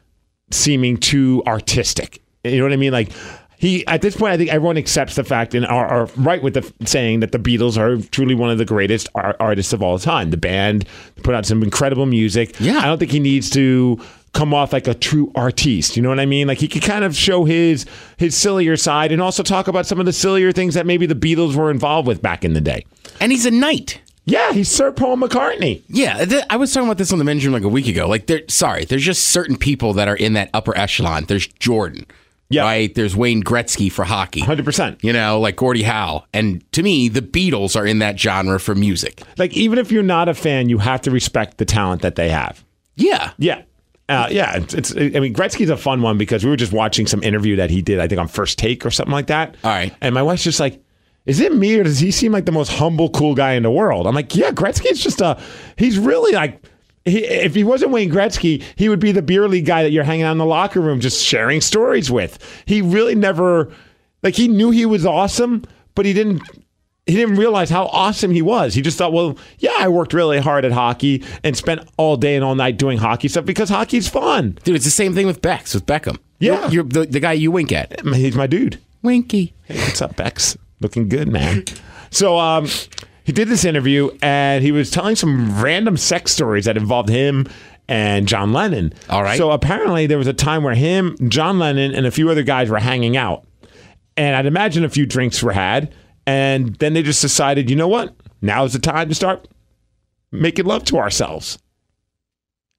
seeming too artistic. You know what I mean? Like, he, at this point, I think everyone accepts the fact and are, are right with the f- saying that the Beatles are truly one of the greatest ar- artists of all time. The band put out some incredible music. Yeah. I don't think he needs to come off like a true artiste. You know what I mean? Like he could kind of show his his sillier side and also talk about some of the sillier things that maybe the Beatles were involved with back in the day. And he's a knight. Yeah, he's Sir Paul McCartney. Yeah, th- I was talking about this on the men's room like a week ago. Like, there, sorry, there's just certain people that are in that upper echelon. There's Jordan, Yeah. right? There's Wayne Gretzky for hockey, 100%. You know, like Gordie Howe. And to me, the Beatles are in that genre for music. Like even if you're not a fan, you have to respect the talent that they have. Yeah, Yeah. Uh, yeah, it's, it's. I mean, Gretzky's a fun one because we were just watching some interview that he did, I think on First Take or something like that. All right. And my wife's just like, "Is it me or does he seem like the most humble, cool guy in the world?" I'm like, "Yeah, Gretzky's just a. He's really like, he, if he wasn't Wayne Gretzky, he would be the beer league guy that you're hanging out in the locker room just sharing stories with. He really never, like, he knew he was awesome, but he didn't he didn't realize how awesome he was. He just thought, well, yeah, I worked really hard at hockey and spent all day and all night doing hockey stuff because hockey's fun. dude, it's the same thing with Bex, with Beckham. Yeah. you're, you're the, the guy you wink at, He's my dude. Winky. Hey, what's up, Bex? Looking good, man. So, um, he did this interview and he was telling some random sex stories that involved him and John Lennon. All right. So apparently there was a time where him, John Lennon, and a few other guys were hanging out. And I'd imagine a few drinks were had. And then they just decided, you know what? Now's the time to start making love to ourselves.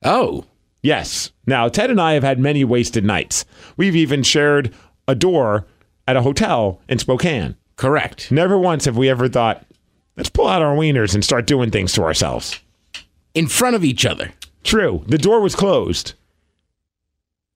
Oh, Yes. Now, Ted and I have had many wasted nights. We've even shared a door at a hotel in Spokane. correct. Never once have we ever thought, let's pull out our wieners and start doing things to ourselves. In front of each other. True. The door was closed,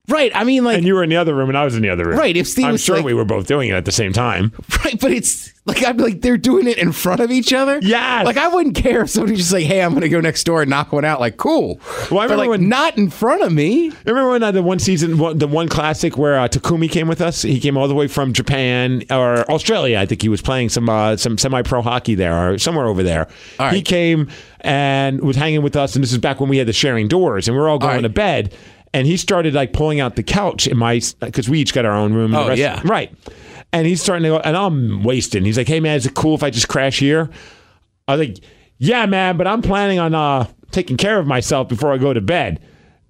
Right. I mean, like, and you were in the other room, and I was in the other room. Right, if Steve I'm was sure like- we were both doing it at the same time. Right, but it's like I'm like they're doing it in front of each other. Yes. Like I wouldn't care if somebody just like, hey, I'm gonna go next door and knock one out. Like, cool. Well, I remember but, like, when- not in front of me. Remember when uh, the one season, one, the one classic where uh, Takumi came with us? He came all the way from Japan or Australia. I think he was playing some uh, some semi pro hockey there or somewhere over there. All right. He came and was hanging with us, and this is back when we had the sharing doors, and we were all going right. to bed. And he started like pulling out the couch in my because we each got our own room. and the Oh, rest- yeah. right. And he's starting to go, and I'm wasted. He's like, "Hey man, is it cool if I just crash here?" I was like, "Yeah, man, but I'm planning on uh, taking care of myself before I go to bed."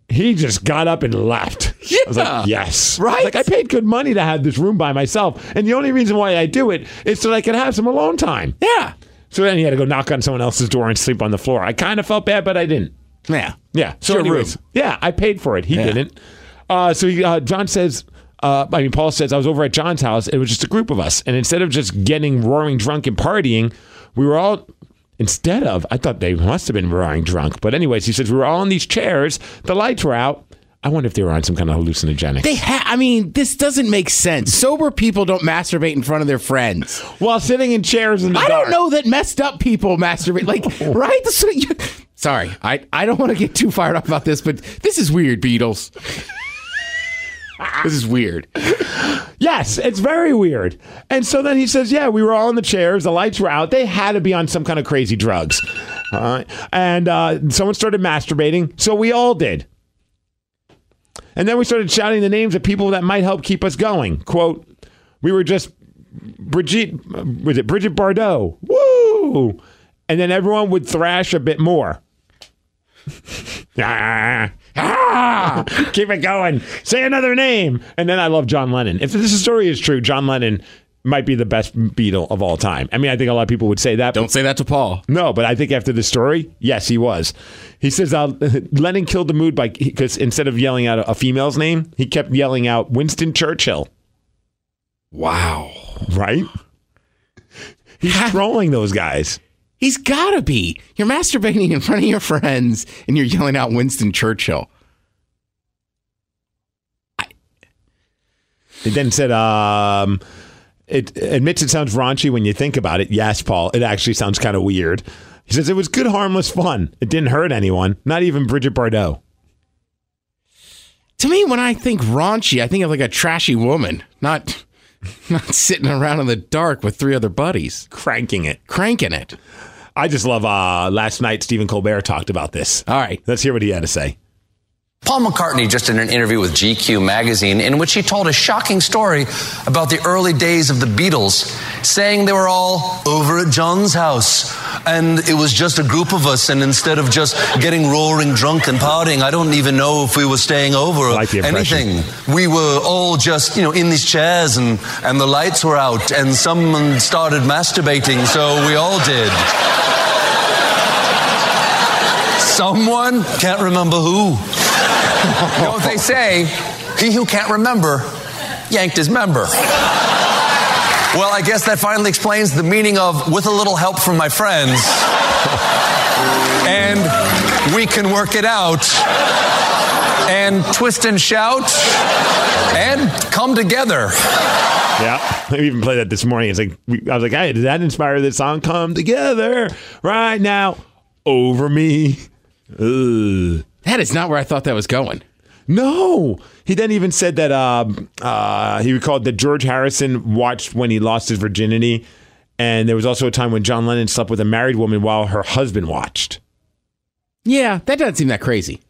He just got up and left. I was Yeah. like, "Yes, I was Right? Like I paid good money to have this room by myself, and the only reason why I do it is so that I can have some alone time." Yeah. So then he had to go knock on someone else's door and sleep on the floor. I kind of felt bad, but I didn't. Yeah. Yeah. So Sure, anyways, Rube. yeah, I paid for it. He Yeah. didn't. Uh, so he, uh, John says, uh, I mean, Paul says, I was over at John's house. It was just a group of us. And instead of just getting roaring drunk and partying, we were all instead of I thought they must have been roaring drunk. But anyways, he says we were all in these chairs. The lights were out. I wonder if they were on some kind of hallucinogenic. They ha- I mean, this doesn't make sense. Sober people don't masturbate in front of their friends. While sitting in chairs in the I dark. don't know that messed up people masturbate. Like, right? So you- sorry, I, I don't want to get too fired up about this, but this is weird, Beatles. this is weird. Yes, it's very weird. And so then he says, Yeah, we were all in the chairs. The lights were out. They had to be on some kind of crazy drugs. All right. And uh, someone started masturbating. So we all did. And then we started shouting the names of people that might help keep us going. Quote, We were just Brigitte, was it Bridget Bardot? Woo! And then everyone would thrash a bit more. Ah, ah, keep it going. Say another name. And then I love John Lennon. If this story is true, John Lennon might be the best Beatle of all time. I mean, I think a lot of people would say that. Don't say that to Paul. No, but I think after the story, yes, he was. He says uh, Lennon killed the mood by because instead of yelling out a, a female's name, he kept yelling out Winston Churchill. Wow. Right? He's trolling those guys. He's gotta be. You're masturbating in front of your friends and you're yelling out Winston Churchill. It then said, um, it admits it sounds raunchy when you think about it. Yes, Paul, it actually sounds kind of weird. He says it was good, harmless fun. It didn't hurt anyone, not even Bridget Bardot. To me, when I think raunchy, I think of like a trashy woman, not not sitting around in the dark with three other buddies, Cranking it. cranking it. I just love uh, last night Stephen Colbert talked about this. All right. Let's hear what he had to say. Paul McCartney just did an interview with GQ magazine in which he told a shocking story about the early days of the Beatles, saying they were all over at John's house and it was just a group of us and instead of just getting roaring drunk and partying, I don't even know if we were staying over or Like the impression. anything. We were all just, you know, in these chairs and, and the lights were out and someone started masturbating, so we all did. Someone? Can't remember who. You know what they say? He who can't remember yanked his member. Well, I guess that finally explains the meaning of with a little help from my friends. And we can work it out. And twist and shout. And come together. Yeah, we even played that this morning. It's like we- I was like, "Hey, did that inspire this song? Come together right now, over me." Ugh. That is not where I thought that was going. No, he then even said that um, uh, he recalled that George Harrison watched when he lost his virginity, and there was also a time when John Lennon slept with a married woman while her husband watched. Yeah, that doesn't seem that crazy.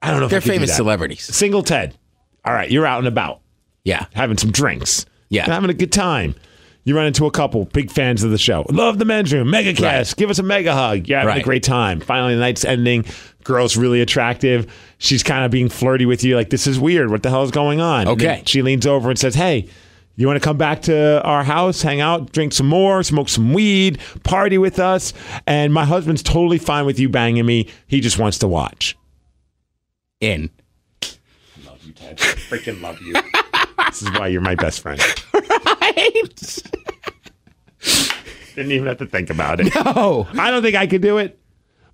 I don't know. if I They're could do famous that. celebrities. Single Ted. All right, you're out and about. Yeah. having some drinks. Yeah. Having a good time. You run into a couple, big fans of the show. Love the men's room. Mega cast. Give us a mega hug. You're having a Right. great time. Finally, the night's ending. Girl's really attractive. She's kind of being flirty with you. Like, this is weird. What the hell is going on? And then Okay. She leans over and says, Hey, you want to come back to our house, hang out, drink some more, smoke some weed, party with us? And my husband's totally fine with you banging me. He just wants to watch. In. Freaking love you. this is why you're my best friend. Right? Didn't even have to think about it. Oh, I don't think I could do it,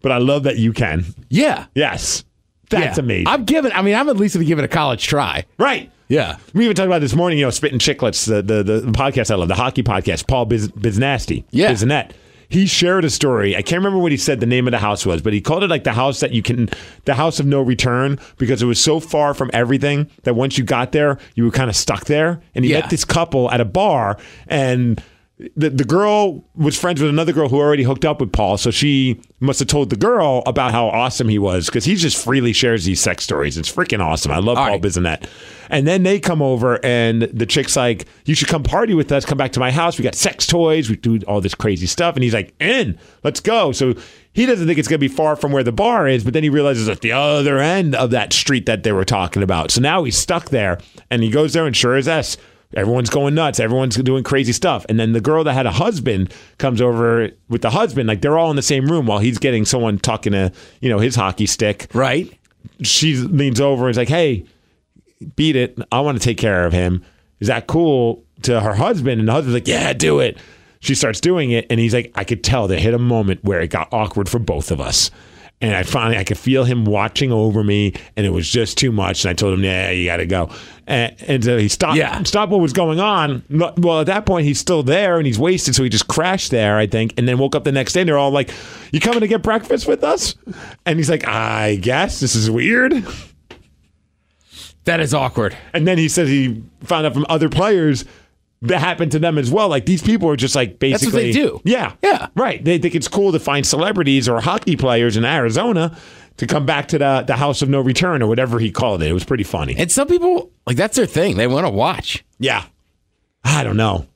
but I love that you can. yeah. Yes. That's yeah. amazing. I'm giving, I mean, I'm at least going to give it a college try. right. Yeah. We even talked about this morning, you know, Spitting Chicklets, the, the, the podcast I love, the hockey podcast, Paul Biz, Biznasty. Yeah. Biznett. He shared a story. I can't remember what he said the name of the house was, but he called it like the house that you can, the house of no return, because it was so far from everything that once you got there, you were kind of stuck there. And he Yeah. met this couple at a bar, and the, the girl was friends with another girl who already hooked up with Paul. So she must have told the girl about how awesome he was because he just freely shares these sex stories. It's freaking awesome. I love All Paul right. Bissonnette. And then they come over, and the chick's like, You should come party with us. Come back to my house. We got sex toys. We do all this crazy stuff. And he's like, In, let's go. So he doesn't think it's going to be far from where the bar is, but then he realizes at the other end of that street that they were talking about. So now he's stuck there, and he goes there, and sure as S, everyone's going nuts. Everyone's doing crazy stuff. And then the girl that had a husband comes over with the husband. Like they're all in the same room while he's getting someone talking to, you know, his hockey stick Right? she leans over and is like, "Hey, beat it! I want to take care of him. Is that cool?" To her husband, and the husband's like, "Yeah, do it." She starts doing it, and he's like, I could tell they hit a moment where it got awkward for both of us. And I finally, I could feel him watching over me, and it was just too much. And I told him, "Yeah, you got to go." And, and so he stopped. Stopped what was going on. No- Well, at that point, he's still there, and he's wasted, so he just crashed there, I think. And then woke up the next day, and they're all like, "You coming to get breakfast with us?" And he's like, "I guess this is weird." That is awkward. And then he says he found out from other players that happened to them as well. Like these people are just like That's what basically they do. Yeah, yeah, right. They think it's cool to find celebrities or hockey players in Arizona to come back to the the house of no return or whatever he called it. It was pretty funny. And some people like that's their thing. They want to watch. Yeah, I don't know.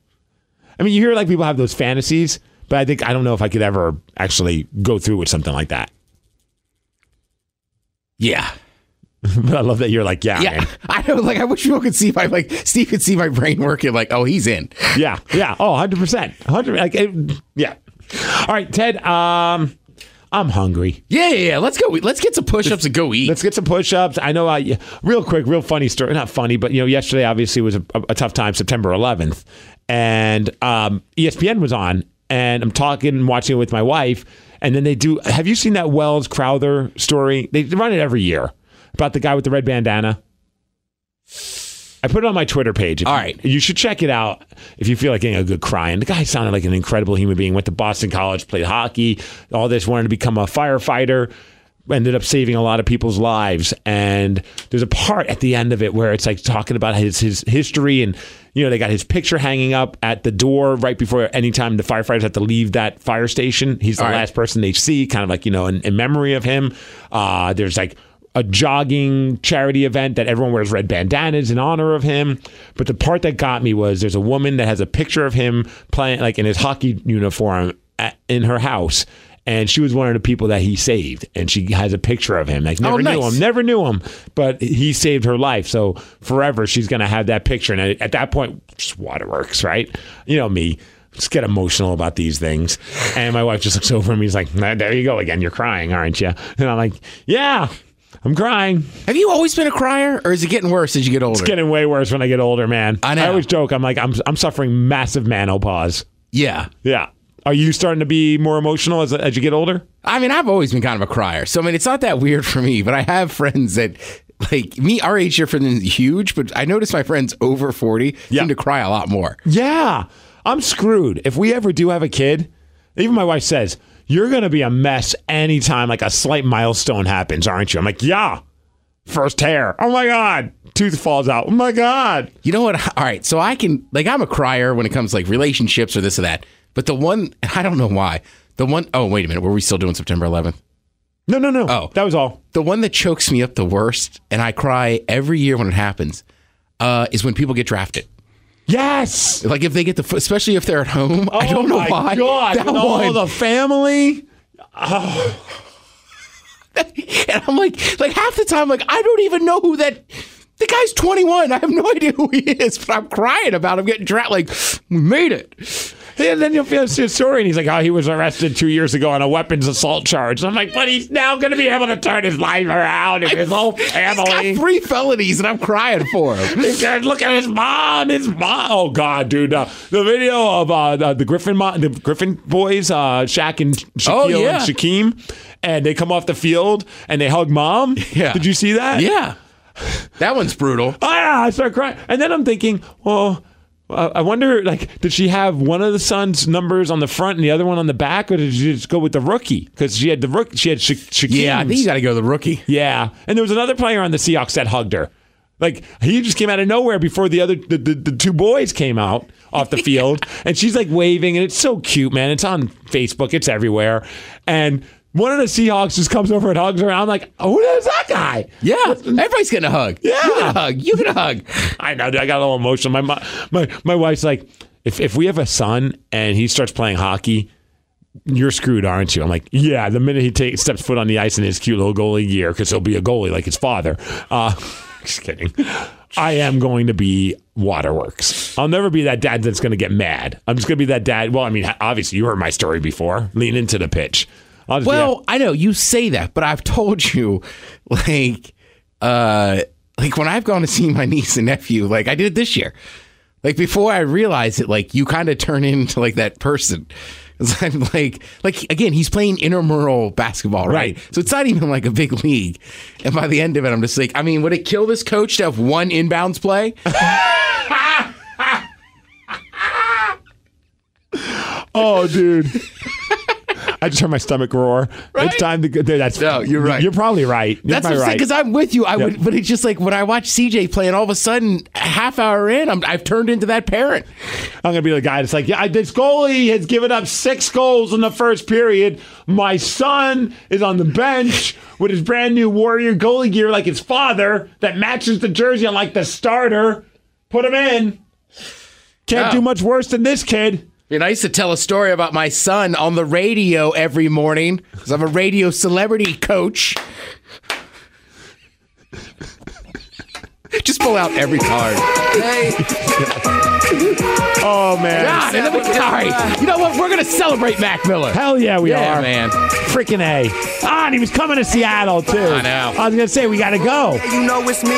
I mean, you hear like people have those fantasies, but I think I don't know if I could ever actually go through with something like that. Yeah. but I love that you're like, yeah, man. I know. Like, I wish people could see my like Steve could see my brain working. Like, oh, he's in. Yeah, yeah. Oh, 100%. 100 like it- yeah. All right, Ted, um I'm hungry. Yeah, yeah, yeah. Let's go. Let's get some push-ups and go eat. Let's get some push-ups. I know I real quick, real funny story. Not funny, but you know, yesterday obviously was a, a tough time, September 11th, and um ESPN was on and I'm talking and watching it with my wife, and then they do Have you seen that Wells Crowther story? They run it every year about the guy with the red bandana. I put it on my Twitter page. All right. You should check it out if you feel like getting a good cry. And the guy sounded like an incredible human being. Went to Boston College, played hockey, all this, wanted to become a firefighter, ended up saving a lot of people's lives. And there's a part at the end of it where it's like talking about his his history and you know, they got his picture hanging up at the door right before anytime the firefighters have to leave that fire station. He's the All right. last person they see, kind of like, you know, in, in memory of him. Uh, there's like a jogging charity event that everyone wears red bandanas in honor of him. But the part that got me was there's a woman that has a picture of him playing, like in his hockey uniform at, in her house. And she was one of the people that he saved, and she has a picture of him. Like never Oh, knew nice. him, never knew him, but he saved her life. So forever, she's gonna have that picture. And at, at that point, just waterworks, right? You know me, just get emotional about these things. And my wife just looks over at me. He's like, "Nah, "There you go again. You're crying, aren't you?" And I'm like, "Yeah, I'm crying." Have you always been a crier, or is it getting worse as you get older? It's getting way worse when I get older, man. I know. I always joke. I'm like, I'm I'm suffering massive manopause. yeah. Yeah. Are you starting to be more emotional as as you get older? I mean, I've always been kind of a crier. So, I mean, it's not that weird for me, but I have friends that, like, me, our age difference is huge, but I notice my friends over 40 seem to cry a lot more. Yeah, I'm screwed. If we ever do have a kid, even my wife says, you're going to be a mess anytime like a slight milestone happens, aren't you? I'm like, yeah. First hair. Oh my God. Tooth falls out. Oh my God. You know what? All right. So, I can, like, I'm a crier when it comes to, like, relationships or this or that. But the one, I don't know why. The one, oh, wait a minute. Were we still doing September 11th? No, no, no. Oh, that was all. The one that chokes me up the worst, and I cry every year when it happens, uh, is when people get drafted. Yes. Like if they get the, especially if they're at home. I Oh don't know my why. God. That With all one. the family. Oh. And I'm like, like half the time, like I don't even know who that. The guy's 21. I have no idea who he is, but I'm crying about him getting drafted. Like we made it. Yeah, then you'll feel his story, and he's like, "Oh, he was arrested two years ago on a weapons assault charge." I'm like, "But he's now going to be able to turn his life around and his whole family." He's got three felonies, and I'm crying for him. He said, Look at his mom. His mom. Oh God, dude. Uh, the video of uh, the, the Griffin, mo- the Griffin boys, uh, Shaq and Shaquille Oh, and yeah. Shaquem, and they come off the field and they hug mom. Yeah. Did you see that? Yeah, that one's brutal. Ah, I start crying, and then I'm thinking, well. uh, I wonder, like, did she have one of the son's numbers on the front and the other one on the back, or did she just go with the rookie? Because she had the rookie, she had Sha- Shaquem's. Yeah, I think you got to go the rookie. Yeah, and there was another player on the Seahawks that hugged her. Like he just came out of nowhere before the other the, the, the two boys came out off the field, and she's like waving, and it's so cute, man. It's on Facebook, it's everywhere, and one of the Seahawks just comes over and hugs her. And I'm like, oh, who is that guy? Yeah, everybody's getting a hug. Yeah. you get a hug. You get a hug. I know. dude, I got all emotional. My mo- my my wife's like, if if we have a son and he starts playing hockey, you're screwed, aren't you? I'm like, yeah. The minute he takes steps foot on the ice in his cute little goalie gear, because he'll be a goalie like his father. Uh, just kidding. I am going to be waterworks. I'll never be that dad that's going to get mad. I'm just going to be that dad. Well, I mean, obviously, you heard my story before. Lean into the pitch. I'll just be Well, I know you say that, but I've told you, like, uh, like when I've gone to see my niece and nephew, like I did it this year. Like before I realized it, like you kind of turn into like that person. 'Cause I'm like, like again, he's playing intramural basketball, right? So it's not even like a big league. And by the end of it, I'm just like, I mean, would it kill this coach to have one inbounds play? Oh, dude. I just heard my stomach roar. It's time to go. dude, That's no. You're right. You're probably right. You're That's probably what I'm saying. right. Because I'm with you. I Yeah. would, but it's just like when I watch CJ play, and all of a sudden, a half hour in, I'm, I've turned into that parent. I'm gonna be the guy that's like, yeah, I- this goalie has given up six goals in the first period. My son is on the bench with his brand new Warrior goalie gear, like his father, that matches the jersey on like the starter. Put him in. Can't Yeah. do much worse than this kid. You know, I used to tell a story about my son on the radio every morning because I'm a radio celebrity coach. Just pull out every card. Oh man. God, and then we- sorry. You know what? We're gonna celebrate Mac Miller. Hell yeah, we Yeah, are. man. Freaking A. Ah, and he was coming to Seattle, too. I know. I was going to say, we got to go. You know it's me.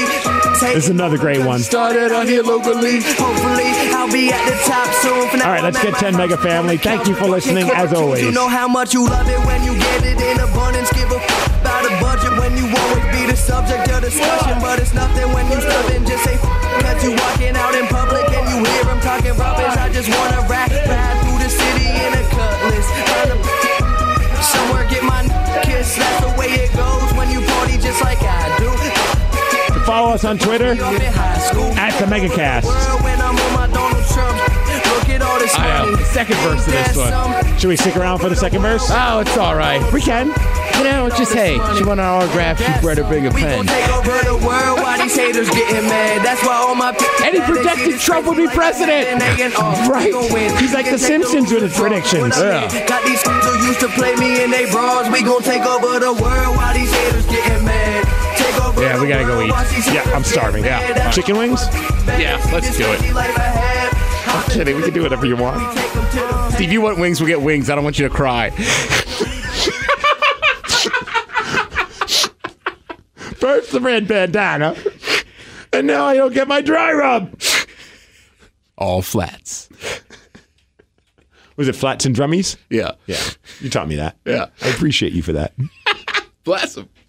Take This is another great one. Started on here locally. Hopefully, I'll be at the top soon. For now, All right, let's get 10 Mega Family. Thank you for listening, as You always. know how much you love it when you get it in abundance. Give a f- about a budget when you always be the subject of discussion. But it's nothing when you stubbing. Just say f- that you walking out in public and you hear 'em talking rubbish. I just wanna rap, ride through the city in a cutlass. Find a f- Somewhere get my n- kiss. That's the way it goes when you party just like I do. Follow us on Twitter Up in high school. at the Megacast. World when I'm on my Donald Trump. Look at all this I know. money. Second verse of this one. Should we stick around for the second verse? Oh, it's all right. We can. You know, it's just hey, she want an autograph. She bred a bigger We pen. gon' take over the world while these haters getting mad. That's why all my people And he mad. They see predicted this Trump would be crazy like president. that, and they ain't off. Right. We gon' win. He's like We the can take Simpsons with his losers from predictions. what I mean. Got these fools who used to play me in they bras. We gon' take over the world while these haters getting mad. Take over Yeah, we gotta go eat. Yeah, I'm starving. Yeah. Chicken wings? Yeah, let's do it. I'm kidding. We can do whatever you want. Steve, you want wings? We'll get wings. I don't want you to cry. First the red bandana, and now I don't get my dry rub. All flats. Was it flats and drummies? Yeah. Yeah. You taught me that. Yeah. I appreciate you for that. Bless him.